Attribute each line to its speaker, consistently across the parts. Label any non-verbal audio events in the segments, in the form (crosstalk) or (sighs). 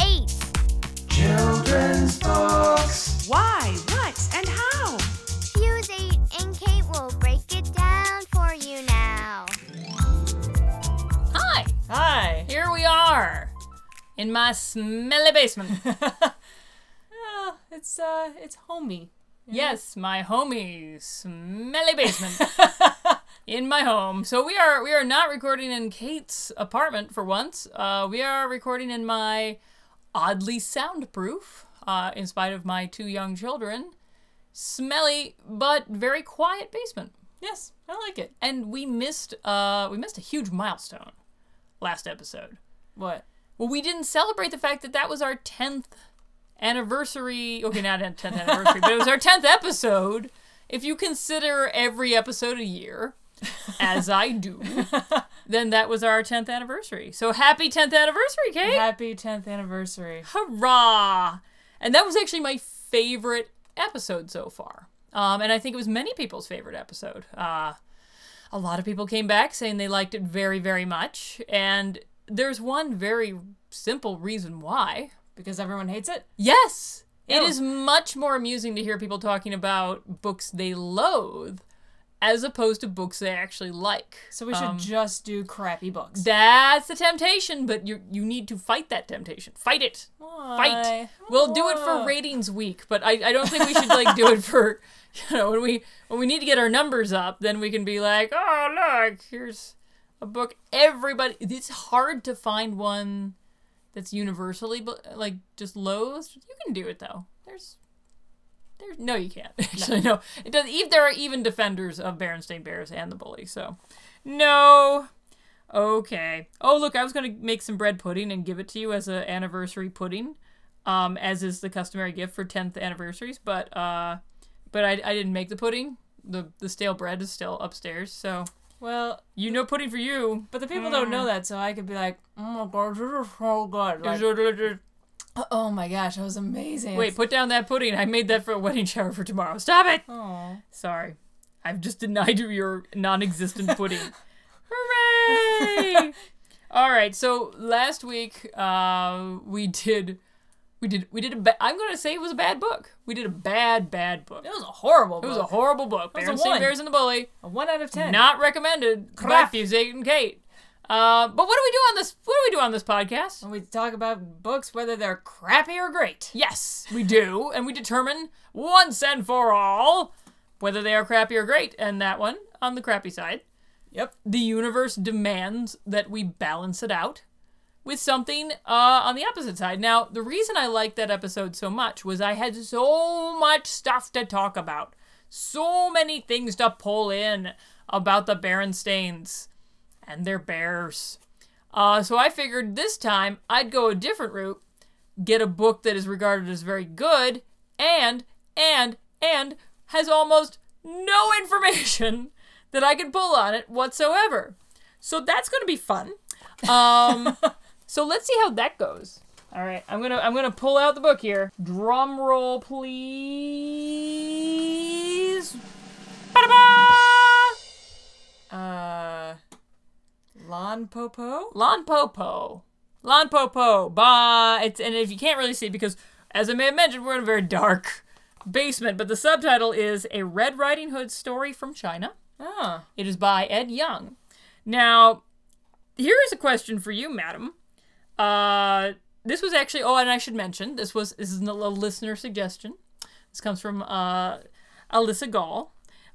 Speaker 1: 8.
Speaker 2: Children's books.
Speaker 3: Why, what, and how?
Speaker 1: Fuse 8 and Kate will break it down for you now.
Speaker 4: Hi,
Speaker 5: Hi.
Speaker 4: here we are in my smelly basement.
Speaker 5: (laughs) Oh, it's uh, it's homey.
Speaker 4: yes, my homie smelly basement
Speaker 5: (laughs)
Speaker 4: in my home. So we are we are not recording in Kate's apartment for once. Uh, we are recording in my oddly soundproof, uh, in spite of my two young children, smelly but very quiet basement.
Speaker 5: Yes, I like it.
Speaker 4: And we missed uh, we missed a huge milestone last episode.
Speaker 5: What?
Speaker 4: Well, we didn't celebrate the fact that that was our 10th anniversary. Okay, not 10th anniversary, but it was our 10th episode. If you consider every episode a year, as I
Speaker 5: (laughs)
Speaker 4: do, then that was our 10th anniversary. So happy 10th anniversary, Kate!
Speaker 5: Happy 10th anniversary.
Speaker 4: Hurrah! And that was actually my favorite episode so far. Um, and I think it was many people's favorite episode. Uh, a lot of people came back saying they liked it very, very much. And there's one very simple reason why.
Speaker 5: Because everyone hates it?
Speaker 4: Yes! It
Speaker 5: Oh.
Speaker 4: is much more amusing to hear people talking about books they loathe as opposed to books they actually like.
Speaker 5: So we should
Speaker 4: Um,
Speaker 5: just do crappy books.
Speaker 4: that's the temptation, but you you need to fight that temptation. Fight it fight. We'll do it for ratings week, but I, I don't think we should like do it for (laughs) you know when we when we need to get our numbers up, then we can be like, oh look, here's a book everybody. It's hard to find one that's universally bu- like just loathed. You can do it though. There's there's no you can't (laughs) actually no. It does. Even there are even defenders of Berenstain Bears and the Bully. So no. Okay. Oh, look, I was going to make some bread pudding and give it to you as a anniversary pudding, um, as is the customary gift for 10th anniversaries, but uh, but I, I didn't make the pudding. The, the stale bread is still upstairs, so
Speaker 5: Well,
Speaker 4: you know pudding for you.
Speaker 5: but the people
Speaker 4: Hmm.
Speaker 5: don't know that, so I could be like, oh my god, this is so good. Like, oh my gosh, that was amazing.
Speaker 4: Wait, put down that pudding. I made that for a wedding shower for tomorrow. Stop it!
Speaker 5: Oh.
Speaker 4: Sorry. I've just denied you your non existent pudding. Hooray! All right, so last week uh, we did. We did. We did a. Ba- I'm gonna say it was a bad book. We did a bad, bad book.
Speaker 5: It was a horrible
Speaker 4: It
Speaker 5: book.
Speaker 4: was a horrible book.
Speaker 5: was a
Speaker 4: Berenstain
Speaker 5: one.
Speaker 4: Bears and the Bully.
Speaker 5: A 1 out of 10.
Speaker 4: Not recommended. by
Speaker 5: Crap.
Speaker 4: Fuse Eight and Kate. Uh, but what do we do on this? What do we do on this podcast?
Speaker 5: When we talk about books, whether they're crappy or great.
Speaker 4: Yes, we do, and we determine once and for all whether they are crappy or great. And that one on the crappy side.
Speaker 5: Yep.
Speaker 4: the universe demands that we balance it out with something uh, on the opposite side. Now, the reason I liked that episode so much was I had so much stuff to talk about, so many things to pull in about the Berenstains and their bears. Uh, so I figured this time I'd go a different route, get a book that is regarded as very good, and and and has almost no (laughs) information that I could pull on it whatsoever. So that's gonna be fun. Um, so let's see how that goes. All right, I'm gonna I'm gonna pull out the book here. Drum roll, please. Ba-da-ba!
Speaker 5: Uh, Lon Popo?
Speaker 4: Lon Popo. Lon Popo. Bah. It's and if you can't really see because as I may have mentioned, we're in a very dark basement, but the subtitle is A Red Riding Hood Story from China.
Speaker 5: Oh.
Speaker 4: It is by Ed Young. Now, here is a question for you, madam. Uh, this was actually oh, and I should mention this was this is a little listener suggestion. This comes from uh, Alyssa Gall.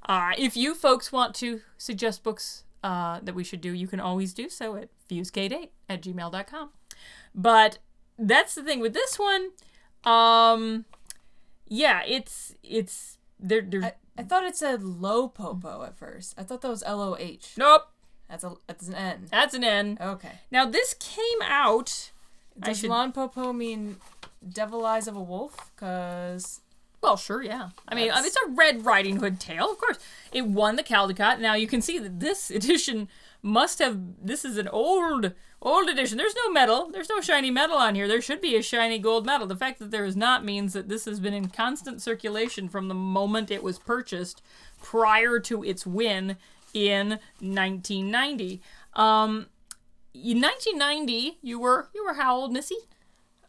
Speaker 4: Uh, if you folks want to suggest books uh, that we should do, you can always do so at viewsgate8 at gmail.com. But that's the thing with this one. Um, yeah, it's it's there. There's
Speaker 5: I, I thought it said low popo at first. I thought that was L O H.
Speaker 4: nope.
Speaker 5: That's a that's an N.
Speaker 4: That's an N.
Speaker 5: Okay.
Speaker 4: Now this came out. I
Speaker 5: Does
Speaker 4: should-
Speaker 5: lon popo mean devil eyes of a wolf? Cause
Speaker 4: Well, sure, yeah. I mean, it's a Red Riding Hood tale, of course. It won the Caldecott. Now you can see that this (laughs) edition must have. This is an old, old edition. There's no medal. There's no shiny medal on here. There should be a shiny gold medal. The fact that there is not means that this has been in constant circulation from the moment it was purchased, prior to its win in 1990. Um, in 1990, you were you were how old, Missy?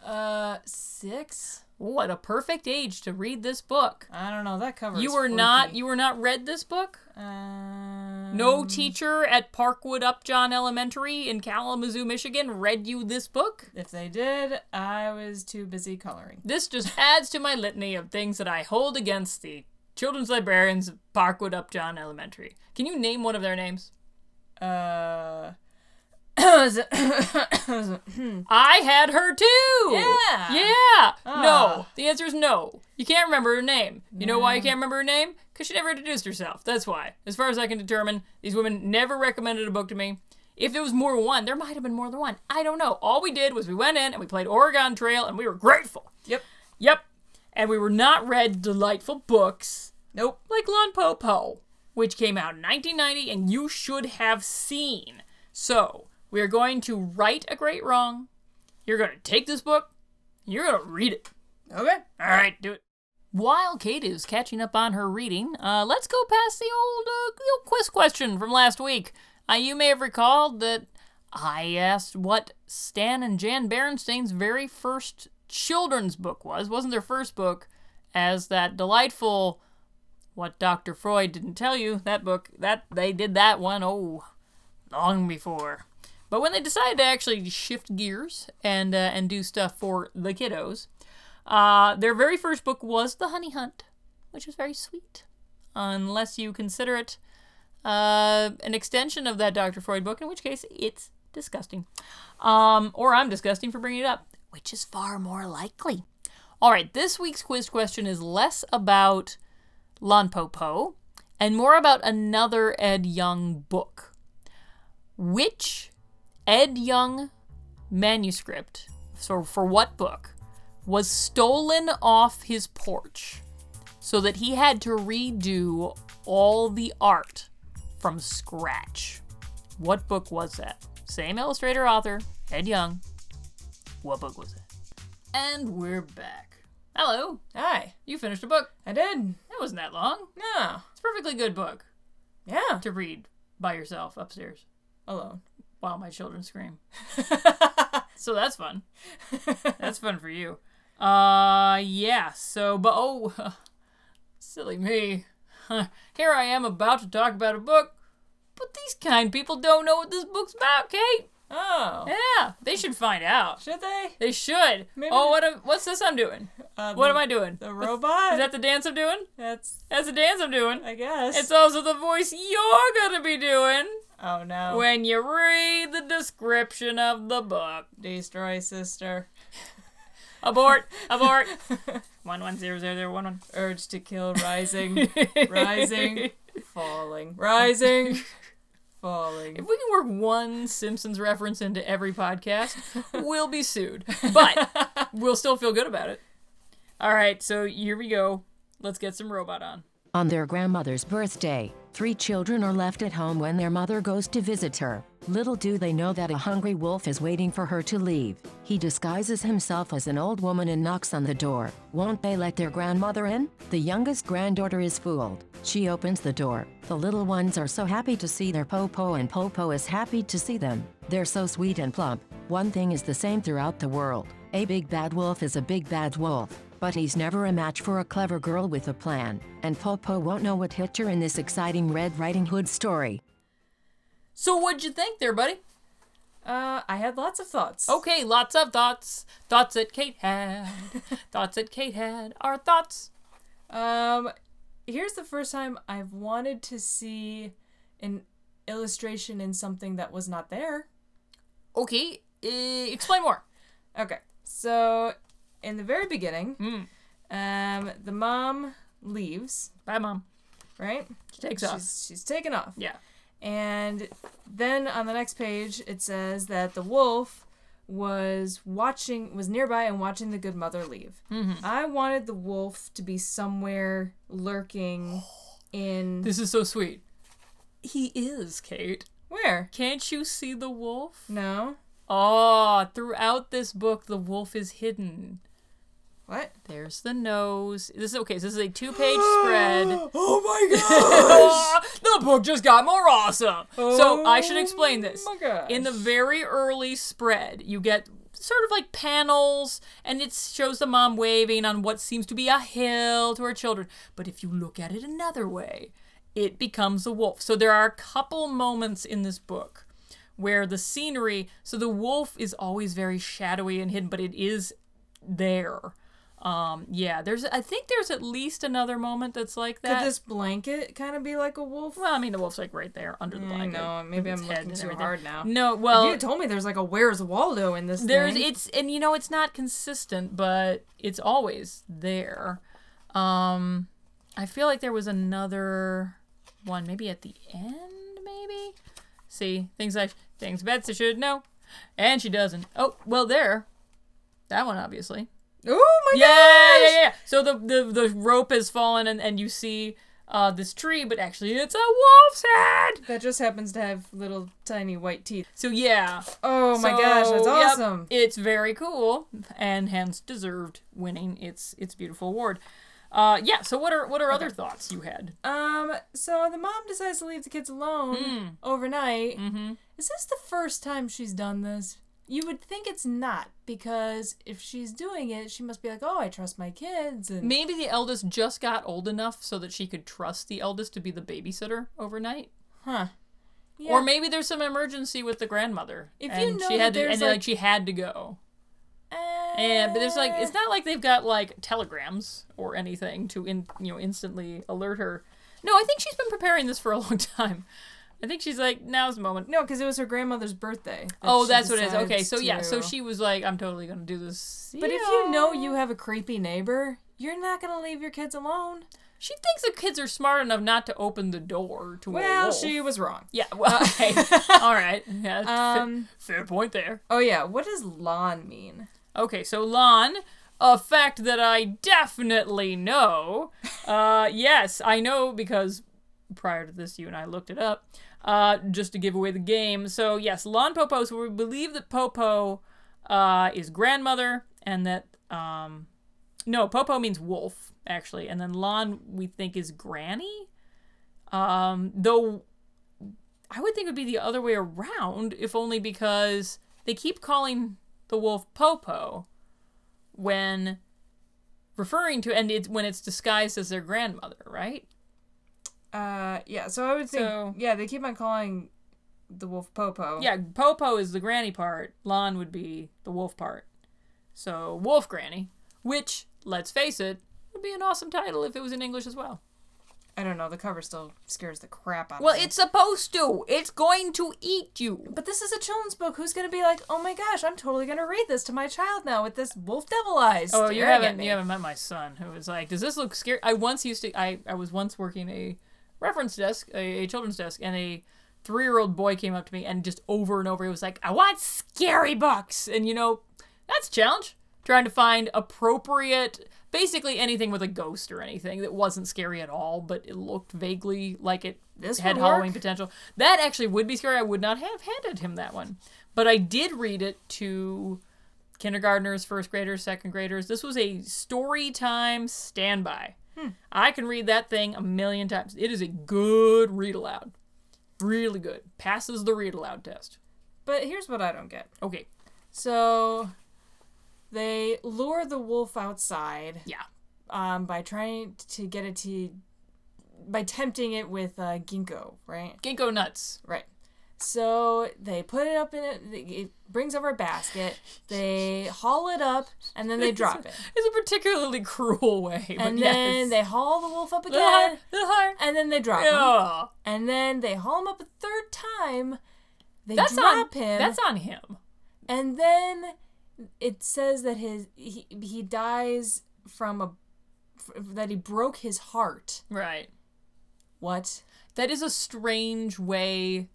Speaker 5: Uh, six?
Speaker 4: What a perfect age to read this book.
Speaker 5: I don't know. That cover.
Speaker 4: You
Speaker 5: is
Speaker 4: were not
Speaker 5: freaky.
Speaker 4: you were not read this book?
Speaker 5: Um,
Speaker 4: No teacher at Parkwood Upjohn Elementary in Kalamazoo, Michigan read you this book?
Speaker 5: If they did, I was too busy coloring.
Speaker 4: This just adds to my litany of things that I hold against the children's librarians of Parkwood Upjohn Elementary. Can you name one of their names?
Speaker 5: Uh. (coughs) yeah.
Speaker 4: I had her too.
Speaker 5: Yeah.
Speaker 4: Yeah. No.
Speaker 5: Ah.
Speaker 4: The answer is no. You can't remember her name. You know why you can't remember her name? Because she never introduced herself. That's why. As far as I can determine, these women never recommended a book to me. If there was more than one, there might have been more than one. I don't know. All we did was we went in and we played Oregon Trail and we were grateful.
Speaker 5: Yep.
Speaker 4: Yep. And we were not read delightful books
Speaker 5: Nope.
Speaker 4: like Lon Po Po, which came out in 1990 and you should have seen. So, we are going to right a great wrong. You're going to take this book, and you're going to read it.
Speaker 5: Okay.
Speaker 4: All right, do it. While Kate is catching up on her reading, uh, let's go past the old, uh, the old quiz question from last week. Uh, you may have recalled that I asked what Stan and Jan Berenstein's very first children's book was. Wasn't their first book, as that delightful, what Dr. Freud didn't tell you. That book, that they did that one oh, long before. But when they decided to actually shift gears and uh, and do stuff for the kiddos, uh, their very first book was The Honey Hunt, which was very sweet, unless you consider it uh, an extension of that Dr. Freud book, in which case it's disgusting. Um, or I'm disgusting for bringing it up, which is far more likely. All right, this week's quiz question is less about Lon Po and more about another Ed Young book. Which Ed Young manuscript, so for what book, was stolen off his porch so that he had to redo all the art from scratch. What book was that? Same illustrator, author, Ed Young. What book was it? And we're back. Hello.
Speaker 5: Hi.
Speaker 4: You finished a book.
Speaker 5: I did.
Speaker 4: That wasn't that long.
Speaker 5: No.
Speaker 4: It's a perfectly good book
Speaker 5: Yeah.
Speaker 4: to read by yourself upstairs
Speaker 5: Alone.
Speaker 4: while my children
Speaker 5: (laughs)
Speaker 4: scream. so that's fun. That's fun for you. Uh, yeah. So, but oh, (laughs) silly me. (laughs) Huh, Here I am about to talk about a book, but these kind people don't know what this book's about, Kate.
Speaker 5: oh.
Speaker 4: Yeah, they should find out.
Speaker 5: Should they?
Speaker 4: They should.
Speaker 5: Maybe-
Speaker 4: oh, what? Am, what's this I'm doing?
Speaker 5: Uh,
Speaker 4: What
Speaker 5: the-
Speaker 4: am I doing?
Speaker 5: The
Speaker 4: Is
Speaker 5: robot?
Speaker 4: that the dance I'm doing?
Speaker 5: That's.
Speaker 4: That's the dance I'm doing.
Speaker 5: I guess.
Speaker 4: It's also the voice you're gonna be doing
Speaker 5: oh no.
Speaker 4: when you read the description of the book. (laughs)
Speaker 5: Destroy sister.
Speaker 4: Abort! Abort! (laughs) one one zero zero zero one one. (laughs)
Speaker 5: Urge to kill rising. rising. Falling. Rising. Falling.
Speaker 4: If we can work one Simpsons reference into every (laughs) podcast, we'll be sued. (laughs) But we'll still feel good about it. All right, so here we go. Let's get some robot on.
Speaker 6: On their grandmother's birthday, three children are left at home when their mother goes to visit her. Little do they know that a hungry wolf is waiting for her to leave. He disguises himself as an old woman and knocks on the door. Won't they let their grandmother in? The youngest granddaughter is fooled. She opens the door. The little ones are so happy to see their Popo, and Popo is happy to see them. They're so sweet and plump. One thing is the same throughout the world a big bad wolf is a big bad wolf but he's never a match for a clever girl with a plan, and Popo won't know what hit her in this exciting Red Riding Hood story.
Speaker 4: So what'd you think there, buddy?
Speaker 5: Uh, I had lots of thoughts.
Speaker 4: Okay, lots of thoughts. Thoughts that Kate (laughs) had. thoughts that Kate had are thoughts.
Speaker 5: Um, here's the first time I've wanted to see an illustration in something that was not there.
Speaker 4: Okay, uh, explain more.
Speaker 5: Okay, so in the very beginning,
Speaker 4: Mm.
Speaker 5: um, the mom leaves,
Speaker 4: Bye, mom.
Speaker 5: right?
Speaker 4: She takes off.
Speaker 5: She's, she's taken off.
Speaker 4: Yeah.
Speaker 5: And then on the next page, it says that the wolf was watching was nearby and watching the good mother leave.
Speaker 4: Mm-hmm.
Speaker 5: I wanted the wolf to be somewhere lurking in
Speaker 4: This is so sweet. He is, Kate.
Speaker 5: where?
Speaker 4: Can't you see the wolf?
Speaker 5: No.
Speaker 4: Ah, throughout this book, the wolf is hidden.
Speaker 5: What?
Speaker 4: There's the nose. This is okay. So this is a
Speaker 5: (gasps)
Speaker 4: two-page spread. (laughs)
Speaker 5: Oh my god.
Speaker 4: Ah, the book just got more awesome. so I should
Speaker 5: Oh
Speaker 4: explain this.
Speaker 5: my gosh.
Speaker 4: In the very early spread, you get sort of like panels, and it shows the mom waving on what seems to be a hill to her children. But if you look at it another way, it becomes a wolf. So there are a couple moments in this book where the scenery, so the wolf is always very shadowy and hidden, but it is there. Um, yeah, there's I think there's at least another moment that's like that.
Speaker 5: Could this blanket kind of be like a wolf?
Speaker 4: Well, I mean, the wolf's like right there under the blanket.
Speaker 5: Mm, No, maybe
Speaker 4: with
Speaker 5: I'm
Speaker 4: its head
Speaker 5: looking
Speaker 4: and
Speaker 5: too
Speaker 4: everything.
Speaker 5: hard now.
Speaker 4: No,
Speaker 5: If
Speaker 4: well,
Speaker 5: you had told me there's like a Where's Waldo in this
Speaker 4: there's
Speaker 5: thing.
Speaker 4: it's and you know it's not consistent, but it's always there. Um, I feel like there was another one, maybe at the end, maybe. See things like things Betsy should know, and she doesn't. Oh, well, there, that one obviously.
Speaker 5: oh my
Speaker 4: Yeah, yeah, yeah, yeah. So the, the the rope has fallen, and and you see uh this tree, but actually it's a wolf's head.
Speaker 5: That just happens to have little tiny white teeth.
Speaker 4: So yeah.
Speaker 5: Oh my gosh, that's
Speaker 4: So, yep,
Speaker 5: awesome.
Speaker 4: it's very cool, and hence deserved winning its its beautiful award. Uh, yeah. So what are what are other thoughts you had?
Speaker 5: Um, so the mom decides to leave the kids alone
Speaker 4: Hmm.
Speaker 5: overnight. Mm-hmm. Is this the first time she's done this? You would think it's not because if she's doing it, she must be like, "Oh, I trust my kids." And
Speaker 4: Maybe the eldest just got old enough so that she could trust the eldest to be the babysitter overnight.
Speaker 5: huh? Yeah.
Speaker 4: Or maybe there's some emergency with the grandmother,
Speaker 5: If you
Speaker 4: and
Speaker 5: know
Speaker 4: she
Speaker 5: that
Speaker 4: had to,
Speaker 5: there's,
Speaker 4: and like,
Speaker 5: like-
Speaker 4: she had to go.
Speaker 5: Uh,
Speaker 4: And but there's like it's not like they've got like telegrams or anything to in you know instantly alert her. No, I think she's been preparing this for a (laughs) long time. I think she's like now's the moment.
Speaker 5: no, because it was her grandmother's birthday. that
Speaker 4: Oh,
Speaker 5: she
Speaker 4: that's what it is. Okay,
Speaker 5: decides
Speaker 4: so yeah, so
Speaker 5: to-
Speaker 4: she was like, "I'm totally gonna do this."
Speaker 5: But if you know you have a creepy neighbor, you're not gonna leave your kids alone.
Speaker 4: she thinks the kids are smart enough not to open the door to a
Speaker 5: Well,
Speaker 4: wolf.
Speaker 5: she was wrong.
Speaker 4: yeah, (laughs) well,
Speaker 5: (laughs)
Speaker 4: okay, all right, yeah, fa-
Speaker 5: Um.
Speaker 4: fair point there.
Speaker 5: Oh yeah, what does lawn mean?
Speaker 4: Okay, so lawn, a fact that I definitely know. Uh, yes, I know because prior to this, you and I looked it up uh, just to give away the game. So, yes, lawn popo. So, we believe that popo uh, is grandmother and that. Um, no, popo means wolf, actually. And then lawn, we think, is granny. Um, though I would think it would be the other way around, if only because they keep calling the wolf Popo when referring to and it's when it's disguised as their grandmother, right?
Speaker 5: Uh, yeah. So I would think,
Speaker 4: So-
Speaker 5: yeah, they keep on calling the wolf Popo.
Speaker 4: Yeah, Popo is the granny part, Lon would be the wolf part. So wolf granny, which let's face it, would be an awesome title if it was in English as well.
Speaker 5: I don't know. The cover still scares the crap out
Speaker 4: Well,
Speaker 5: of me.
Speaker 4: it's supposed to. It's going to eat you.
Speaker 5: But this is a children's book. Who's gonna be like, oh my gosh, I'm totally gonna read this to my child now with this wolf devil eyes?
Speaker 4: Oh, you
Speaker 5: staring at
Speaker 4: haven't
Speaker 5: me.
Speaker 4: you haven't met my son who was like, "Does this look scary?" I once used to I I was once working a reference desk, a, a children's desk, and a three year old boy came up to me and just over and over he was like, "I want scary books," and you know, that's a challenge trying to find appropriate. Basically, anything with a ghost or anything that wasn't scary at all, but it looked vaguely like it
Speaker 5: This
Speaker 4: had
Speaker 5: would
Speaker 4: Halloween
Speaker 5: work.
Speaker 4: potential. That actually would be scary. I would not have handed him that one. But I did read it to kindergartners, first graders, second graders. This was a story time standby.
Speaker 5: Hmm.
Speaker 4: I can read that thing a million times. It is a good read aloud. Really good. Passes the read aloud test.
Speaker 5: But here's what I don't get.
Speaker 4: Okay.
Speaker 5: So they lure the wolf outside
Speaker 4: Yeah.
Speaker 5: um, by trying to get it to by tempting it with uh, ginkgo, right?
Speaker 4: Ginkgo nuts.
Speaker 5: Right. So they put it up in it. It brings over a basket. They haul it up and then they drop (laughs) it.
Speaker 4: It's a particularly (laughs) cruel way. But
Speaker 5: And
Speaker 4: yes.
Speaker 5: then they haul the wolf up
Speaker 4: Little heart,
Speaker 5: again.
Speaker 4: little heart.
Speaker 5: And then they drop him.
Speaker 4: Ugh.
Speaker 5: And then they haul him up a third time. They
Speaker 4: That's
Speaker 5: drop
Speaker 4: on
Speaker 5: him.
Speaker 4: That's on him.
Speaker 5: and then it says that his he, he dies from a f- that he broke his heart.
Speaker 4: Right.
Speaker 5: What?
Speaker 4: That is a strange way.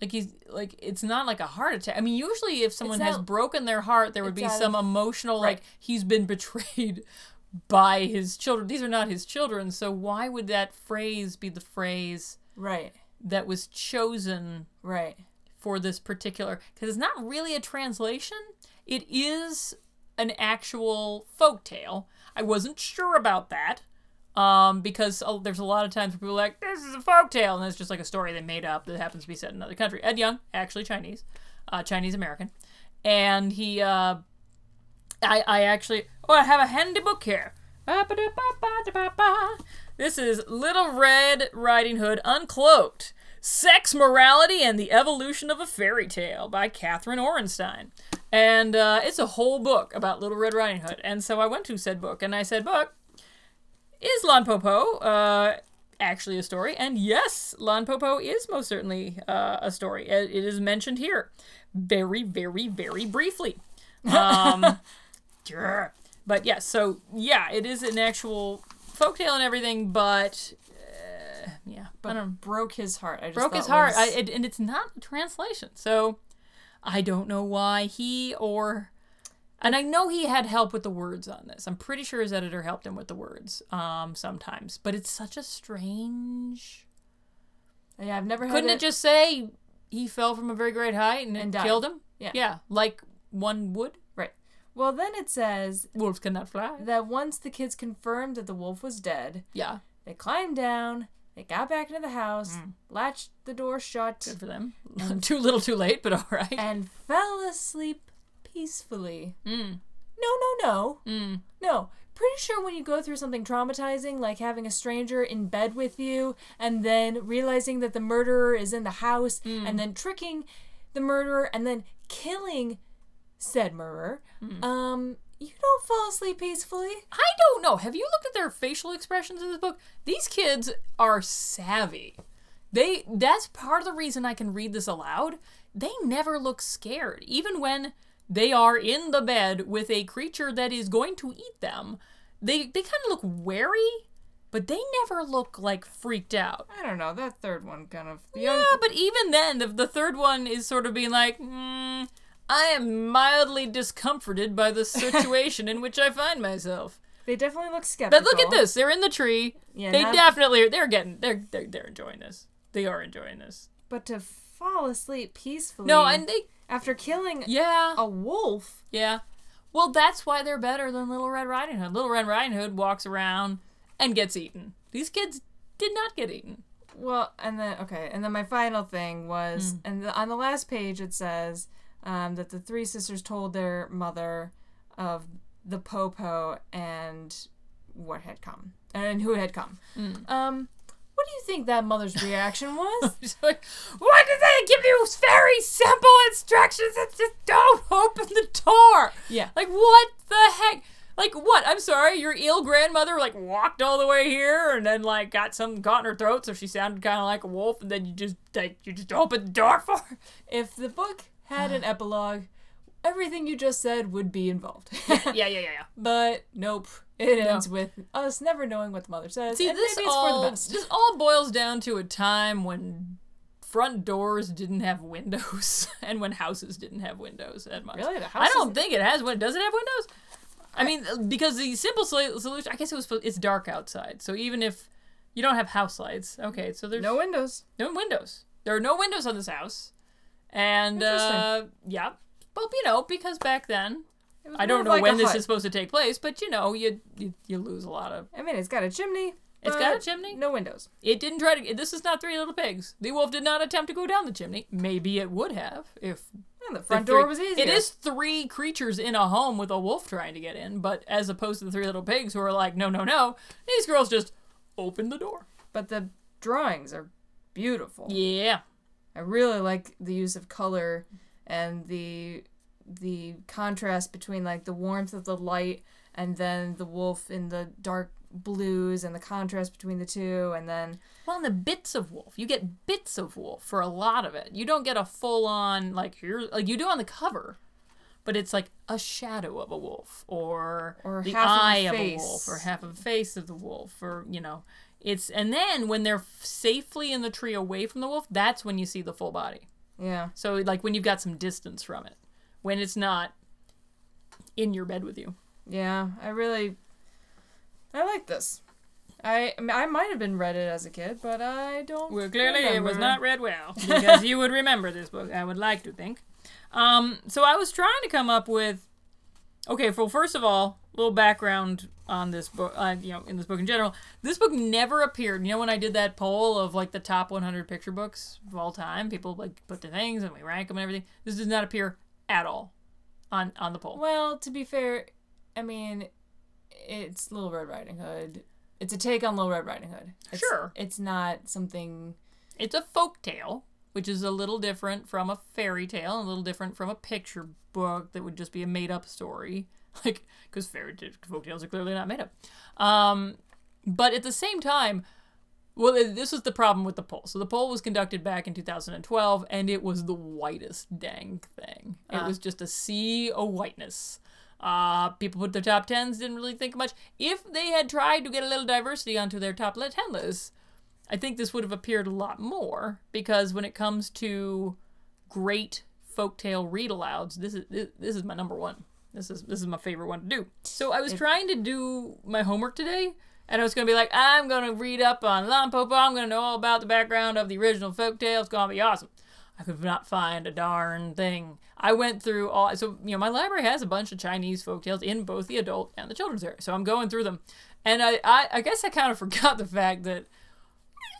Speaker 4: Like he's like it's not like a heart attack. I mean, usually if someone has
Speaker 5: not-
Speaker 4: broken their heart, there would be
Speaker 5: out
Speaker 4: some
Speaker 5: of-
Speaker 4: emotional
Speaker 5: Right.
Speaker 4: like he's been betrayed (laughs) by his children. These are not his children, so why would that phrase be the phrase
Speaker 5: Right.
Speaker 4: that was chosen
Speaker 5: Right.
Speaker 4: for this particular because it's not really a translation it is an actual folk tale i wasn't sure about that um, because uh, there's a lot of times people are like this is a folk tale and it's just like a story they made up that happens to be set in another country ed young actually chinese uh, chinese american and he uh, I, I actually oh I have a handy book here. Ba-ba-da-ba-ba-da-ba-ba. This is Little Red Riding Hood Uncloaked: Sex, Morality, and the Evolution of a Fairy Tale by Katherine Orenstein, and uh, it's a whole book about Little Red Riding Hood. And so I went to said book and I said, "Book, is Lan Popo uh, actually a story? And yes, Lan Popo is most certainly uh, a story. It- it is mentioned here, very, very, very briefly." Grr. But yeah, so yeah, it is an actual folktale and everything, but uh, yeah, but I don't know.
Speaker 5: Broke his heart. I just
Speaker 4: broke his
Speaker 5: thought
Speaker 4: heart, I,
Speaker 5: was-
Speaker 4: it, and it's not a translation, so I don't know why he or. And I know he had help with the words on this. I'm pretty sure his editor helped him with the words um, sometimes, but it's such a strange.
Speaker 5: yeah, I've never
Speaker 4: Couldn't
Speaker 5: had
Speaker 4: it just say he fell from a very great height and,
Speaker 5: And
Speaker 4: it
Speaker 5: died.
Speaker 4: killed him?
Speaker 5: Yeah.
Speaker 4: yeah, like one would.
Speaker 5: right. Well, then it says
Speaker 4: Wolves cannot fly.
Speaker 5: that once the kids confirmed that the wolf was dead,
Speaker 4: Yeah,
Speaker 5: they climbed down. They got back into the house,
Speaker 4: Mm.
Speaker 5: latched the door shut,
Speaker 4: good for them. (laughs) too little, too late, but (laughs) all right.
Speaker 5: and fell asleep peacefully. No, no, no. No. Pretty sure when you go through something traumatizing, like having a stranger in bed with you, and then realizing that the murderer is in the house, and then tricking the murderer, and then killing said murderer, um, you don't fall asleep peacefully.
Speaker 4: I don't know. Have you looked at their facial expressions in this book? These kids are savvy. They that's part of the reason I can read this aloud. They never look scared, even when they are in the bed with a creature that is going to eat them. They they kind of look wary, but they never look like freaked out.
Speaker 5: I don't know. That third one kind of. The
Speaker 4: Yeah, but even then, the, the third one is sort of being like, mm, I am mildly discomforted by the situation in which I find myself.
Speaker 5: they definitely look skeptical.
Speaker 4: But look at this. They're in the tree.
Speaker 5: Yeah,
Speaker 4: they
Speaker 5: not-
Speaker 4: definitely are, they're getting they're, they're they're enjoying this. They are enjoying this.
Speaker 5: But to fall asleep peacefully.
Speaker 4: No, and they
Speaker 5: after killing
Speaker 4: yeah.
Speaker 5: a wolf.
Speaker 4: Yeah. Well, that's why they're better than Little Red Riding Hood. Little Red Riding Hood walks around and gets eaten. These kids did not get eaten. (laughs)
Speaker 5: Well, and then okay, and then my final thing was, and the, on the last page it says um, that the three sisters told their mother of the popo and what had come and who had come. Um, what do you think that mother's reaction was?
Speaker 4: It's like, why did they give you very simple instructions? It's just don't open the door.
Speaker 5: Yeah.
Speaker 4: Like what the heck? Like what? I'm sorry, your ill grandmother like walked all the way here and then like got some got in her throat, so she sounded kind of like a wolf, and then you just like you just opened the door for. Her.
Speaker 5: if the book had
Speaker 4: (sighs)
Speaker 5: an epilogue, everything you just said would be involved.
Speaker 4: (laughs) Yeah, yeah, yeah, yeah.
Speaker 5: (laughs) but nope, it ends with us never knowing what the mother says.
Speaker 4: See,
Speaker 5: and
Speaker 4: this
Speaker 5: maybe it's
Speaker 4: all
Speaker 5: for the best.
Speaker 4: this all boils down to a time when front doors didn't have windows (laughs) and when houses didn't have windows at much.
Speaker 5: Really? The
Speaker 4: I don't
Speaker 5: houses-
Speaker 4: think it has one. Does it have windows? I mean, uh, because the simple solu- solution, I guess it was. supposed- It's dark outside, so even if you don't have house lights, okay, so there's
Speaker 5: (laughs) No windows.
Speaker 4: no windows. There are no windows on this house, and
Speaker 5: Interesting.
Speaker 4: uh, yeah, well, you know, because back then.
Speaker 5: It was
Speaker 4: I
Speaker 5: more
Speaker 4: don't
Speaker 5: of
Speaker 4: know
Speaker 5: like a
Speaker 4: when this
Speaker 5: hut.
Speaker 4: is supposed to take place, but you know, you you, you lose a lot of
Speaker 5: I mean, it's got a chimney.
Speaker 4: It's got a
Speaker 5: but
Speaker 4: chimney?
Speaker 5: No windows.
Speaker 4: It didn't try to. This is not Three Little Pigs. The wolf did not attempt to go down the chimney. Maybe it would have if
Speaker 5: And the
Speaker 4: the
Speaker 5: front door
Speaker 4: three-
Speaker 5: was easier.
Speaker 4: It is three creatures in a home with a wolf trying to get in, but as opposed to the Three Little Pigs who are like, no, no, no. These girls just opened the door.
Speaker 5: But the drawings are beautiful.
Speaker 4: Yeah,
Speaker 5: I really like the use of color and the the contrast between like the warmth of the light and then the wolf in the dark blues and the contrast between the two and then
Speaker 4: Well, and the bits of wolf. You get bits of wolf for a lot of it. You don't get a full on like you like you do on the cover, but it's like a shadow of a wolf or
Speaker 5: Or
Speaker 4: the
Speaker 5: half of a
Speaker 4: eye of a
Speaker 5: face.
Speaker 4: wolf or half of the face of the wolf or you know, it's and then when they're f- safely in the tree away from the wolf, that's when you see the full body.
Speaker 5: Yeah.
Speaker 4: So like when you've got some distance from it, when it's not in your bed with you.
Speaker 5: Yeah. I really. I like this. I I mean, I might have been read it as a kid, but I don't.
Speaker 4: Well, clearly it was
Speaker 5: remember.
Speaker 4: not read well because you would remember this book. I would like to think. Um, so I was trying to come up with. Okay, well, first of all, a little background on this book. Uh, you know, in this book in general, this book never appeared. You know, when I did that poll of like the top 100 picture books of all time, people like put the things and we rank them and everything. This does not appear at all on on the poll.
Speaker 5: Well, to be fair, I mean, it's Little Red Riding Hood. It's a take on Little Red Riding Hood. It's,
Speaker 4: Sure.
Speaker 5: It's not something.
Speaker 4: It's a folk tale, which is a little different from a fairy tale, and a little different from a picture book that would just be a made up story. (laughs) Like, because fairy t- folk tales are clearly not made up. Um, but at the same time, well, th- this was the problem with the poll. So the poll was conducted back in 2012, and it was the whitest dang thing. It was just a sea of whiteness. Uh, people put their top tens, didn't really think much. If they had tried to get a little diversity onto their top li- ten lists, I think this would have appeared a lot more because when it comes to great folktale read alouds, this is this, this is my number one. This is this is my favorite one to do. So I was trying to do my homework today, and I was gonna be like, I'm gonna read up on Lampopo. I'm gonna know all about the background of the original folktale. It's gonna be awesome. I could not find a darn thing. I went through all so you know my library has a bunch of Chinese folktales in both the adult and the children's area. So I'm going through them, and I I, I guess I kind of (laughs) forgot the fact that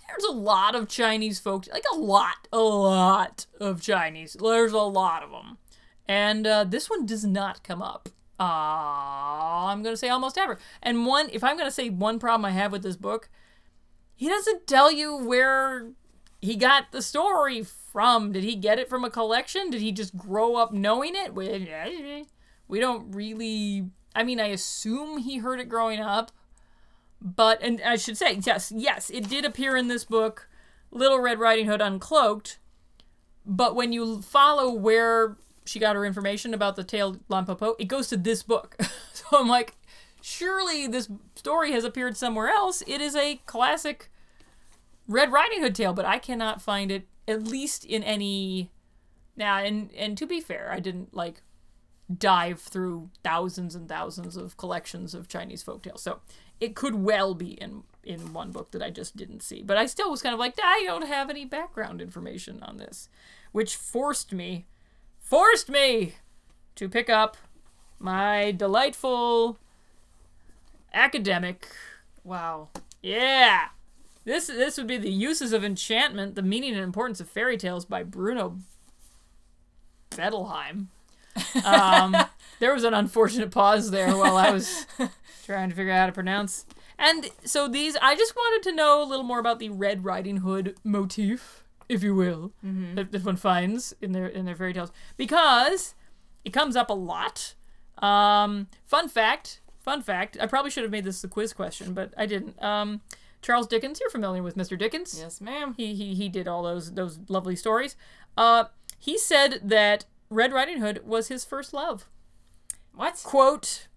Speaker 4: there's a lot of Chinese folk, like a lot, a lot of Chinese. There's a lot of them, and uh, this one does not come up. Uh, I'm gonna say almost ever. And one, if I'm gonna say one problem I have with this book, he doesn't tell you where he got the story from. Did he get it from a collection? Did he just grow up knowing it? We we don't really. I mean, I assume he heard it growing up, but and I should say yes, yes, it did appear in this book, Little Red Riding Hood Uncloaked. But when you follow where she got her information about the tale Lampopo, it goes to this book. (laughs) so I'm like, surely this story has appeared somewhere else. It is a classic Red Riding Hood tale, but I cannot find it at least in any. Now, and and to be fair, I didn't like dive through thousands and thousands of collections of Chinese folktales. So it could well be in in one book that I just didn't see. But I still was kind of like, I don't have any background information on this, which forced me, forced me to pick up my delightful academic.
Speaker 5: Wow.
Speaker 4: Yeah. This this would be the uses of enchantment, the meaning and importance of fairy tales by Bruno Bettelheim. Um, there was an unfortunate pause there while I was trying to figure out how to pronounce. And so these, I just wanted to know a little more about the Red Riding Hood motif, if you will, that, that one finds in their in their fairy tales, because it comes up a lot. Um, fun fact, fun fact. I probably should have made this a quiz question, but I didn't. Um, Charles Dickens, you're familiar with Mr. Dickens?
Speaker 5: Yes, ma'am.
Speaker 4: he he he did all those those lovely stories. Uh, he said that Red Riding Hood was his first love.
Speaker 5: What?
Speaker 4: Quote: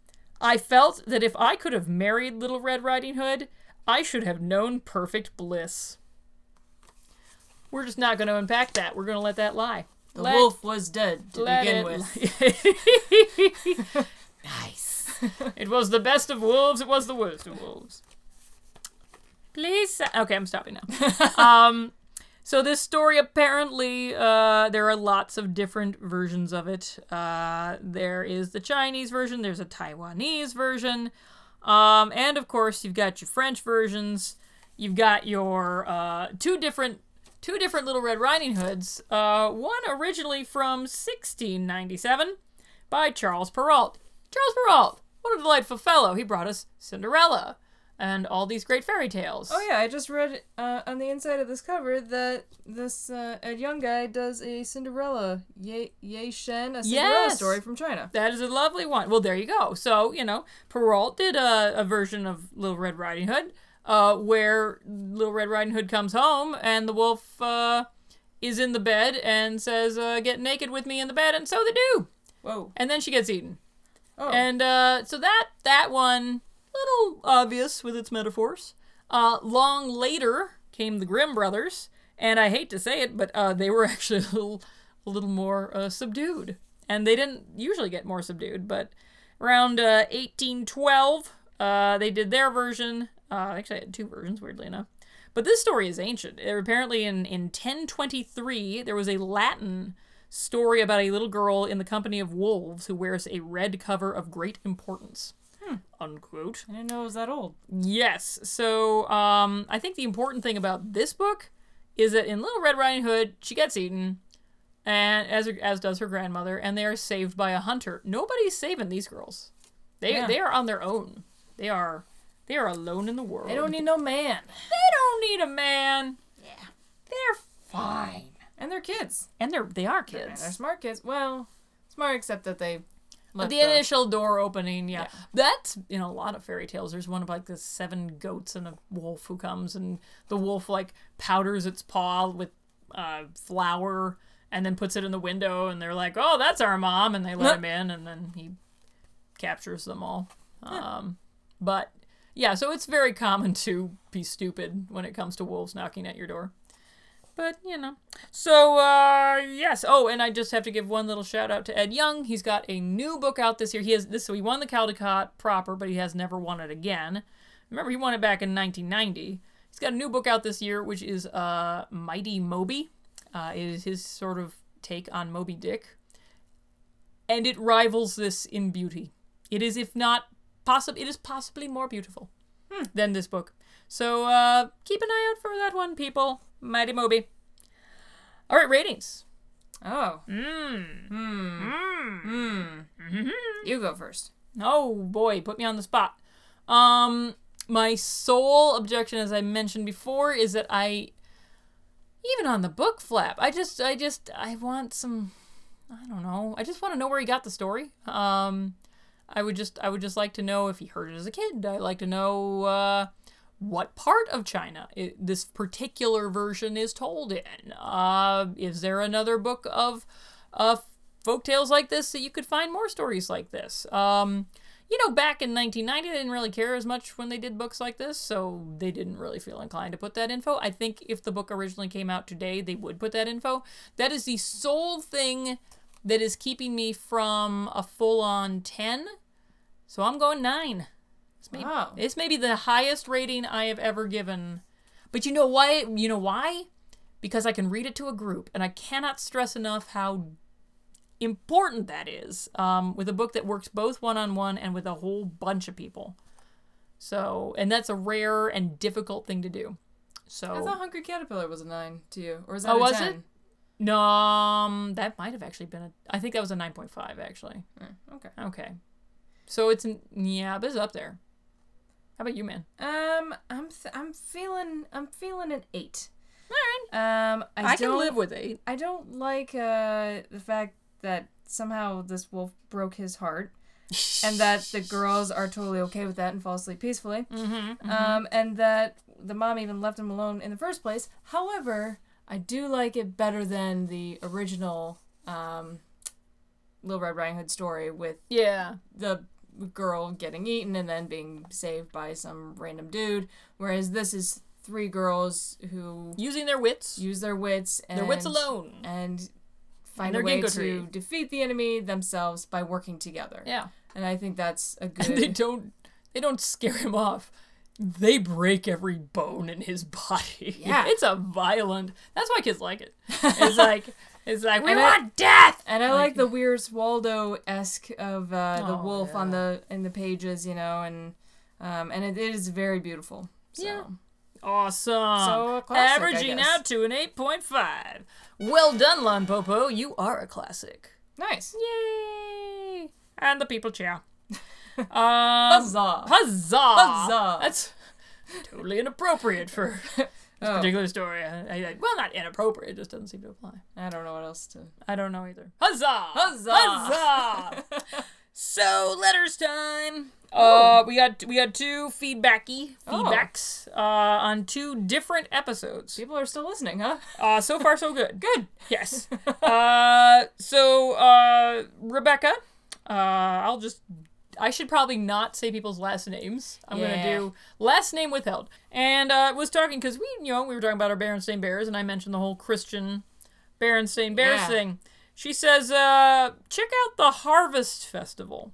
Speaker 4: I felt that if I could have married Little Red Riding Hood, I should have known perfect bliss. We're just not going to unpack that. We're going to let that lie.
Speaker 5: The
Speaker 4: Let-
Speaker 5: wolf was dead to
Speaker 4: let
Speaker 5: begin
Speaker 4: it
Speaker 5: with.
Speaker 4: lie.
Speaker 5: Nice.
Speaker 4: It was the best of wolves. It was the worst of wolves. Please. sa- Okay, I'm stopping now. um, so this story apparently uh, there are lots of different versions of it. Uh, there is the Chinese version. There's a Taiwanese version, um, and of course you've got your French versions. You've got your uh, two different. Two different Little Red Riding Hoods. Uh, one originally from 1697, by Charles Perrault. Charles Perrault, what a delightful fellow. He brought us Cinderella and all these great fairy tales.
Speaker 5: Oh yeah, I just read uh, on the inside of this cover that this uh, a young guy does a Cinderella Ye Ye Shen a Cinderella
Speaker 4: Yes.
Speaker 5: story from China.
Speaker 4: That is a lovely one. Well, there you go. So, you know, Perrault did a, a version of Little Red Riding Hood uh, where Little Red Riding Hood comes home and the wolf uh, is in the bed and says, uh, Get naked with me in the bed. And so they do.
Speaker 5: Whoa.
Speaker 4: And then she gets eaten.
Speaker 5: Oh.
Speaker 4: And uh, so that that one little obvious with its metaphors. Uh, long later came the Grimm brothers And I hate to say it, but uh, they were (laughs) actually a little, a little more uh, subdued. And they didn't usually get more subdued, but around uh, 1812, uh, they did their version. Uh, actually, I had two versions, weirdly enough. But this story is ancient. Uh, Apparently, in, in 1023, there was a Latin story about a little girl in the company of wolves who wears a red cover of great importance.
Speaker 5: Hmm.
Speaker 4: Unquote.
Speaker 5: I didn't know it was that old.
Speaker 4: Yes. So um, I think the important thing about this book is that in Little Red Riding Hood, she gets eaten, and as as does her grandmother, and they are saved by a hunter. Nobody's saving these girls. They
Speaker 5: Yeah.
Speaker 4: they are on their own. They are they are alone in the world.
Speaker 5: They don't need no man.
Speaker 4: they don't need a man. Yeah, they're fine,
Speaker 5: And they're kids.
Speaker 4: and they're they are
Speaker 5: And they're
Speaker 4: kids.
Speaker 5: smart kids. Well, smart except that they. left
Speaker 4: the initial door opening, yeah. That's in a lot of fairy tales. There's one of like the seven goats and a wolf who comes, and the wolf like powders its paw with uh, flour and then puts it in the window, and they're like, "Oh, that's our mom," and they let him in, and then he captures them all. Um, but yeah, so it's very common to be stupid when it comes to wolves knocking at your door. But you know, so uh, yes. Oh, and I just have to give one little shout out to Ed Young. He's got a new book out this year. He has this. So he won the Caldecott proper, but he has never won it again. Remember, he won it back in 1990. He's got a new book out this year, which is uh, Mighty Moby. Uh, it is his sort of take on Moby Dick, and it rivals this in beauty. It is, if not possible, it is possibly more beautiful than this book. So uh, keep an eye out for that one, people. Mighty Moby. All right, ratings.
Speaker 5: Oh. Mmm. Mmm. Hmm. Mmm. You go first.
Speaker 4: Oh boy, put me on the spot. Um, my sole objection, as I mentioned before, is that I, even on the book flap, I just, I just, I want some, I don't know, I just want to know where he got the story. Um, I would just, I would just like to know if he heard it as a kid. I'd like to know uh, what part of China i this particular version is told in. Uh, is there another book of, uh, folktales like this that you could find more stories like this? Um you know, back in 1990, they didn't really care as much when they did books like this, so they didn't really feel inclined to put that info. I think if the book originally came out today, they would put that info. That is the sole thing that is keeping me from a full on 10. So I'm going 9. This may,
Speaker 5: Wow.
Speaker 4: this may be the highest rating I have ever given. But you know why? You know why? Because I can read it to a group, and I cannot stress enough how important that is um, with a book that works both one on one and with a whole bunch of people. So, and that's a rare and difficult thing to do.
Speaker 5: I
Speaker 4: So,
Speaker 5: thought Hungry Caterpillar was a nine to you, or was that
Speaker 4: Oh,
Speaker 5: a
Speaker 4: was
Speaker 5: 10?
Speaker 4: no, um, that might have actually been a. I think that was a nine point five actually.
Speaker 5: Okay.
Speaker 4: Hmm, Okay, so it's an, yeah, this is up there. How about you, man?
Speaker 5: Um, I'm th- I'm feeling I'm feeling an eight.
Speaker 4: All right,
Speaker 5: Um, I,
Speaker 4: I, can
Speaker 5: don't-
Speaker 4: live with eight.
Speaker 5: I don't like uh the fact that somehow this wolf broke his
Speaker 4: (laughs)
Speaker 5: heart, and that the girls are totally okay with that and fall asleep peacefully. Mm-hmm, Um, and that the mom even left him alone in the first place. However, I do like it better than the original um, Little Red Riding Hood story with
Speaker 4: Yeah,
Speaker 5: the girl getting eaten and then being saved by some random dude. Whereas this is three girls who
Speaker 4: using their wits.
Speaker 5: use their wits and
Speaker 4: Their wits alone.
Speaker 5: and find
Speaker 4: their
Speaker 5: a way
Speaker 4: ginkgo
Speaker 5: to
Speaker 4: tree.
Speaker 5: defeat the enemy themselves by working together.
Speaker 4: yeah,
Speaker 5: And I think that's
Speaker 4: (laughs)
Speaker 5: a
Speaker 4: and they
Speaker 5: good
Speaker 4: don't they don't scare him off. They break every bone in his body. (laughs)
Speaker 5: Yeah.
Speaker 4: it's a violent. That's why kids
Speaker 5: (laughs)
Speaker 4: like it. It's like it's like we
Speaker 5: And I-
Speaker 4: want death.
Speaker 5: and I like the weird Waldo esque of uh, the
Speaker 4: Oh,
Speaker 5: wolf on the in the pages, you know, and um, and it, it is very beautiful. So.
Speaker 4: Yeah. Awesome.
Speaker 5: So, a classic, I
Speaker 4: averaging
Speaker 5: guess.
Speaker 4: out to an eight point five. Well done, Lon Popo. You are a classic.
Speaker 5: nice.
Speaker 4: Yay! And the people cheer. Um,
Speaker 5: Huzzah.
Speaker 4: Huzzah!
Speaker 5: Huzzah.
Speaker 4: That's totally inappropriate for this particular story. I, I- well, not inappropriate, it just doesn't seem to apply.
Speaker 5: I don't know what else to.
Speaker 4: I don't know either. Huzzah!
Speaker 5: Huzzah!
Speaker 4: Huzzah! (laughs) so letters time. Uh, we got we got two feedbacky feedbacks uh, on two different episodes.
Speaker 5: People are still listening, huh? (laughs)
Speaker 4: Uh, so far, so good. Good. Yes. Uh, so, uh, Rebecca, uh, I'll just I should probably not say people's last names. I'm gonna
Speaker 5: Yeah.
Speaker 4: do last name withheld. And uh, was talking because we, you know, we were talking about our Berenstain Bears, and I mentioned the whole Christian Berenstain Bears
Speaker 5: Yeah.
Speaker 4: thing. She says, uh, check out the Harvest Festival.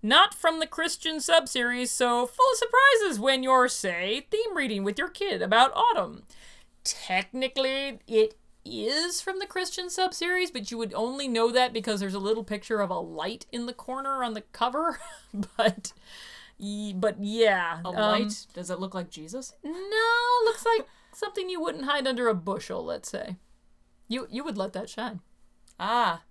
Speaker 4: Not from the Christian subseries, so full of surprises when you're, say, theme reading with your kid about autumn. Technically, it is from the Christian subseries, but you would only know that because there's a little picture of a light in the corner on the cover. (laughs) but, y- but yeah,
Speaker 5: A
Speaker 4: um,
Speaker 5: light? Does it look like Jesus?
Speaker 4: no, looks
Speaker 5: (laughs)
Speaker 4: like something you wouldn't hide under a bushel. Let's say, you you would let that shine.
Speaker 5: Ah,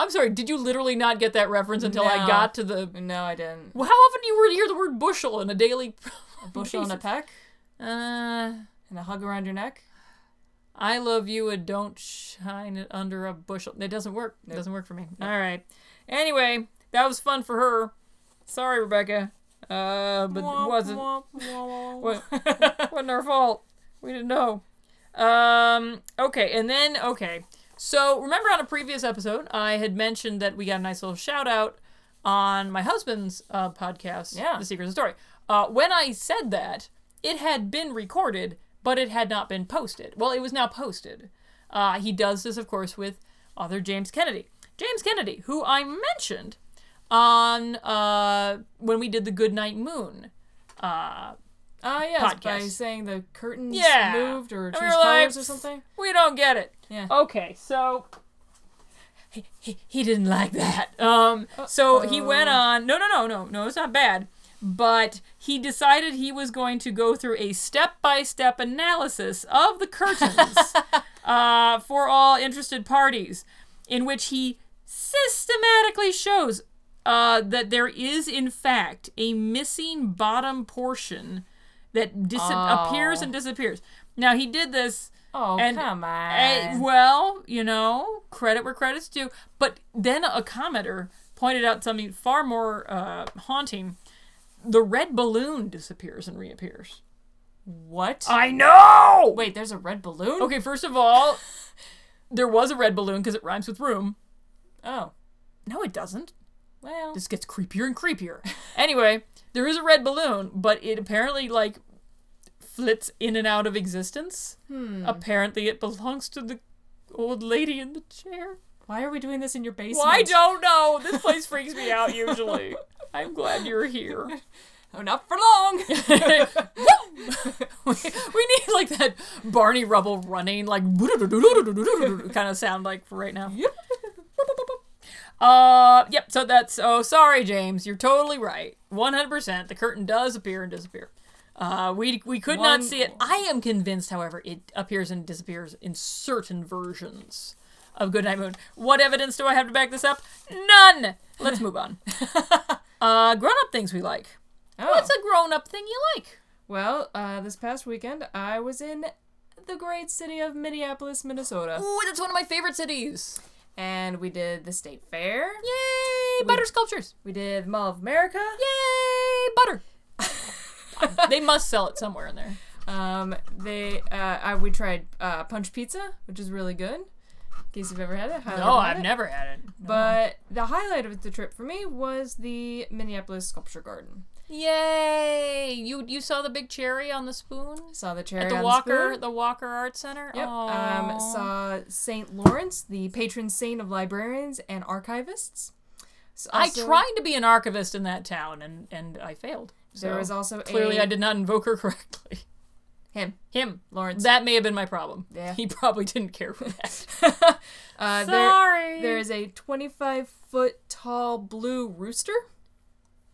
Speaker 4: I'm sorry. Did you literally not get that reference until I
Speaker 5: No.
Speaker 4: got to the?
Speaker 5: no, I didn't.
Speaker 4: Well, How often do you word- hear the word bushel in a daily? (laughs)
Speaker 5: A bushel and a peck,
Speaker 4: Uh,
Speaker 5: and a hug around your neck.
Speaker 4: I love you and don't shine it under a bushel. It doesn't work. It doesn't work for me. All right. Anyway, that was fun for her. Sorry, Rebecca. Uh, but it wasn't. Wa- (laughs) wasn't our fault. We didn't know. Um, okay, and then okay. So remember on a previous episode, I had mentioned that we got a nice little shout out on my husband's uh, podcast,
Speaker 5: Yeah.
Speaker 4: The Secrets of Story. Uh, when I said that, it had been recorded, but it had not been posted. Well, it was now posted. Uh, he does this, of course, with author James Kennedy. James Kennedy, who I mentioned on uh, when we did the Goodnight Moon.
Speaker 5: Ah, yes, by
Speaker 4: Podcast.
Speaker 5: saying the curtains
Speaker 4: Yeah.
Speaker 5: moved or
Speaker 4: And we
Speaker 5: changed
Speaker 4: were like,
Speaker 5: colors or something.
Speaker 4: We don't get it.
Speaker 5: Yeah.
Speaker 4: Okay, so he, he, he didn't like that. Um so he went on no no no no no it's not bad. But he decided he was going to go through a step by step analysis of the curtains
Speaker 5: (laughs)
Speaker 4: uh, for all interested parties, in which he systematically shows uh, that there is, in fact, a missing bottom portion that dis- appears and disappears. Now, he did this
Speaker 5: Oh,
Speaker 4: and-
Speaker 5: come on.
Speaker 4: Eh, well, you know, credit where credit's due. But then a commenter pointed out something far more uh, haunting. The red balloon disappears and reappears.
Speaker 5: what?
Speaker 4: I know!
Speaker 5: Wait, there's a red balloon?
Speaker 4: Okay, first of (laughs) all, there was a red balloon because it rhymes with room.
Speaker 5: Oh,
Speaker 4: No, it doesn't.
Speaker 5: well.
Speaker 4: This gets creepier and creepier. (laughs) anyway, there is a red balloon, but it apparently, like, flits in and out of existence. Apparently, it belongs to the old lady in the chair.
Speaker 5: Why are we doing this in your basement?
Speaker 4: Well, I don't know. (laughs) This place freaks me out usually. I'm glad you're (laughs) here.
Speaker 5: Oh, not
Speaker 4: (laughs)
Speaker 5: for long.
Speaker 4: we need like that Barney Rubble running, like (laughs) kind of sound like for right now. (laughs) Uh, yep. So that's oh, sorry, James. You're totally right. 100. percent The curtain does appear and disappear. Uh, we we could
Speaker 5: One-
Speaker 4: not see it. I am convinced, however, it appears and disappears in certain versions of Goodnight Moon. What evidence do I have to back this up? None. Let's move (laughs) on. uh, grown up things we like.
Speaker 5: Oh.
Speaker 4: What's a grown up thing you like?
Speaker 5: Well, uh, this past weekend, I was in the great city of Minneapolis, Minnesota,
Speaker 4: Ooh, that's one of my favorite cities.
Speaker 5: and we did the state fair.
Speaker 4: Yay, butter sculptures.
Speaker 5: We did the Mall of America.
Speaker 4: Yay, (laughs) butter. they must sell it somewhere in there.
Speaker 5: Um, they, uh, I, we tried uh, punch pizza, which is really good. In case you've ever had it, highly
Speaker 4: No, Oh,
Speaker 5: recommend
Speaker 4: I've
Speaker 5: it.
Speaker 4: never had it.
Speaker 5: But the highlight of the trip for me was the Minneapolis Sculpture Garden.
Speaker 4: Yay! You you saw the big cherry on the spoon
Speaker 5: Saw the cherry
Speaker 4: at the
Speaker 5: on
Speaker 4: Walker
Speaker 5: spoon.
Speaker 4: the Walker Art Center.
Speaker 5: Yep. Um,
Speaker 4: Aw.
Speaker 5: saw Saint Lawrence, the patron saint of librarians and archivists. So
Speaker 4: I
Speaker 5: also-
Speaker 4: tried to be an archivist in that town and and I failed.
Speaker 5: There
Speaker 4: So
Speaker 5: was also
Speaker 4: clearly
Speaker 5: a,
Speaker 4: I did not invoke her (laughs) correctly.
Speaker 5: him.
Speaker 4: Him,
Speaker 5: Lawrence.
Speaker 4: That may have been my problem.
Speaker 5: Yeah.
Speaker 4: He probably didn't care for that.
Speaker 5: (laughs) Uh, there-
Speaker 4: Sorry.
Speaker 5: there is a 25 foot tall blue rooster.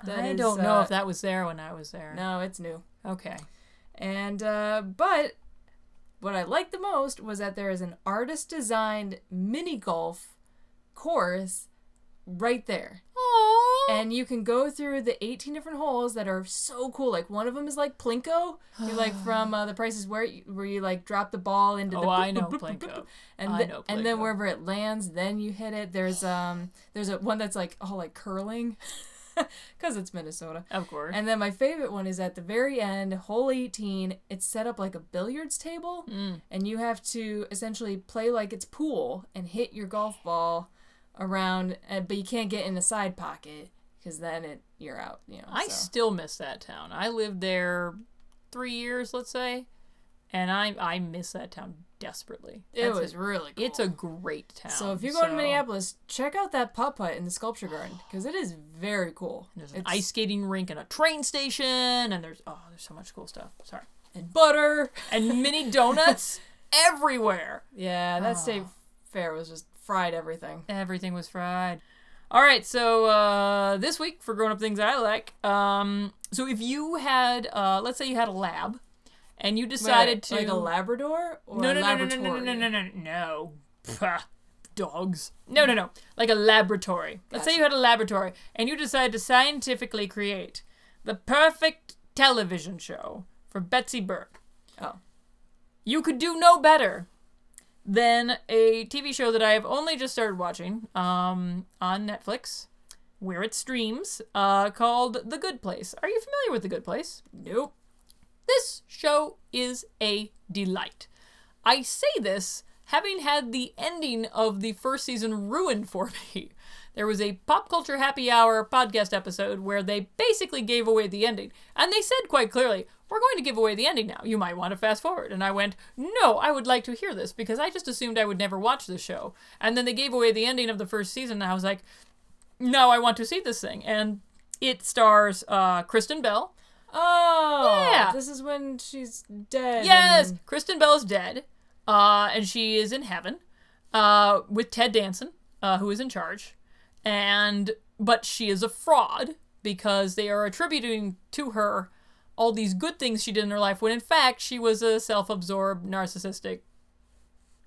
Speaker 5: that
Speaker 4: I
Speaker 5: is,
Speaker 4: don't know
Speaker 5: uh,
Speaker 4: if that was there when I was there.
Speaker 5: No, it's new.
Speaker 4: Okay.
Speaker 5: And uh, but what I liked the most was that there is an artist designed mini golf course right there.
Speaker 4: Oh.
Speaker 5: And you can go through the 18 different holes that are so cool. Like one of them is like Plinko,
Speaker 4: (sighs)
Speaker 5: you like from uh, The Price is Where, where you like drop the ball into the
Speaker 4: Oh,
Speaker 5: (laughs)
Speaker 4: I know
Speaker 5: boop, boop, boop, boop,
Speaker 4: Plinko.
Speaker 5: boop. and
Speaker 4: I
Speaker 5: th-
Speaker 4: know
Speaker 5: and then
Speaker 4: Plinko.
Speaker 5: wherever it lands, then you hit it. There's um there's a one that's like all like curling, (laughs) because it's Minnesota.
Speaker 4: Of course.
Speaker 5: And then my favorite one is at the very end, hole 18, it's set up like a billiards table, and you have to essentially play like it's pool and hit your golf ball around, uh, but you can't get in a side pocket. because then it you're out. You know,
Speaker 4: I
Speaker 5: so.
Speaker 4: still miss that town. I lived there three years, let's say, and I I miss that town desperately.
Speaker 5: it
Speaker 4: That's a-
Speaker 5: was really cool.
Speaker 4: it's a great town.
Speaker 5: so if you go to Minneapolis, check out that putt putt in the (sighs) sculpture garden because it is very cool.
Speaker 4: There's an
Speaker 5: It's-
Speaker 4: ice skating rink and a train station, and there's oh, there's so much cool stuff. Sorry,
Speaker 5: and butter.
Speaker 4: and mini donuts everywhere.
Speaker 5: (laughs) Yeah, that state fair was just fried everything.
Speaker 4: Everything was fried. All right, so uh, this week for grown up things I like. Um, so if you had, uh, let's say you had a lab, and you decided to
Speaker 5: like a Labrador or
Speaker 4: no
Speaker 5: a
Speaker 4: no no no no
Speaker 5: laboratory.
Speaker 4: no no no no no Pah, dogs no no no like a laboratory. Let's say you had a laboratory and you decided to scientifically create the perfect television show for Betsy Burke.
Speaker 5: Oh.
Speaker 4: You could do no better than a TV show that I have only just started watching um, on Netflix, where it streams, uh, called The Good Place. Are you familiar with The Good Place? Nope. This show is a delight. I say this having had the ending of the first season ruined for (laughs) me. There was a pop culture happy hour podcast episode where they basically gave away the ending. And they said quite clearly, We're going to give away the ending now. You might want to fast forward. And I went, No, I would like to hear this because I just assumed I would never watch the show. And then they gave away the ending of the first season. And I was like, No, I want to see this thing. And it stars uh, Kristen Bell,
Speaker 5: Oh,
Speaker 4: Yeah.
Speaker 5: This is when she's dead.
Speaker 4: Yes,
Speaker 5: and-
Speaker 4: Kristen Bell is dead, uh, and she is in heaven uh, with Ted Danson, uh, who is in charge, and but she is a fraud because they are attributing to her all these good things she did in her life when in fact she was a self-absorbed, narcissistic,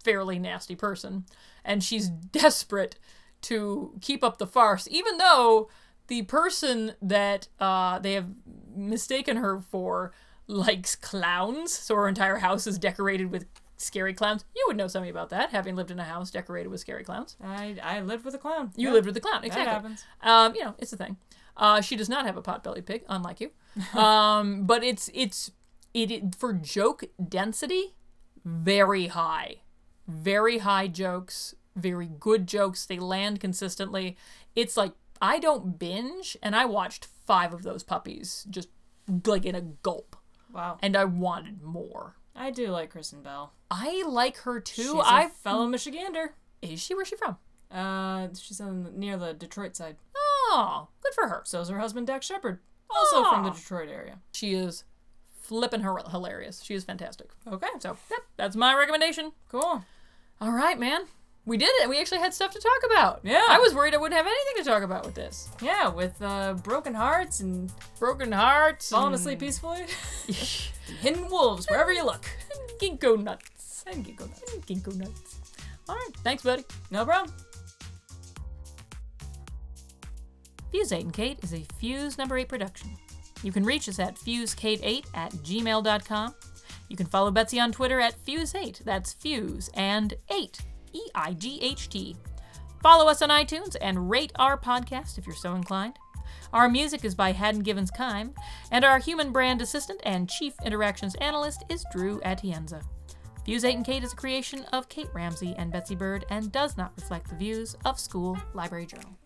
Speaker 4: fairly nasty person, and she's desperate to keep up the farce, even though the person that uh, they have mistaken her for likes clowns. So her entire house is decorated with scary clowns. You would know something about that, having lived in a house decorated with scary clowns.
Speaker 5: I I lived with a clown.
Speaker 4: You
Speaker 5: Yeah,
Speaker 4: lived with the clown,
Speaker 5: That
Speaker 4: exactly.
Speaker 5: happens.
Speaker 4: Um, you know, it's a thing. Uh, she does not have a pot-bellied pig, unlike
Speaker 5: (laughs)
Speaker 4: you. Um, but it's it's it, it for joke density, very high, very high jokes, very good jokes. They land consistently. It's like I don't binge, and I watched five of those puppies just like in a gulp,
Speaker 5: Wow.
Speaker 4: and I wanted more.
Speaker 5: I do like Kristen Bell.
Speaker 4: I like her too.
Speaker 5: She's
Speaker 4: I
Speaker 5: a fellow Michigander.
Speaker 4: is she? Where's she from?
Speaker 5: Uh, she's on the, near the Detroit side.
Speaker 4: Oh, good for her.
Speaker 5: So is her husband, Dak Shepard, also from the
Speaker 4: Aw.
Speaker 5: Detroit area.
Speaker 4: She is flippin' her- hilarious. She is fantastic.
Speaker 5: Okay, so
Speaker 4: So, yep, that's my recommendation.
Speaker 5: cool.
Speaker 4: All right, man. We did it. We actually had stuff to talk about.
Speaker 5: Yeah.
Speaker 4: I was worried I wouldn't have anything to talk about with this.
Speaker 5: Yeah, with uh, broken hearts and
Speaker 4: Broken hearts.
Speaker 5: falling
Speaker 4: and
Speaker 5: asleep peacefully. (laughs)
Speaker 4: (laughs)
Speaker 5: Hidden wolves wherever you look.
Speaker 4: Ginkgo nuts. And ginkgo nuts. And ginkgo nuts. All right. Thanks, buddy.
Speaker 5: No problem.
Speaker 4: Fuse 8 and Kate is a Fuse number 8 production. You can reach us at FuseKate8 at gmail.com. You can follow Betsy on Twitter at Fuse8, that's Fuse and 8, E I G H T. Follow us on iTunes and rate our podcast if you're so inclined. Our music is by Haddon Givens Kime, and our human brand assistant and chief interactions analyst is Drew Atienza. Fuse 8 and Kate is a creation of Kate Ramsey and Betsy Bird and does not reflect the views of School Library Journal.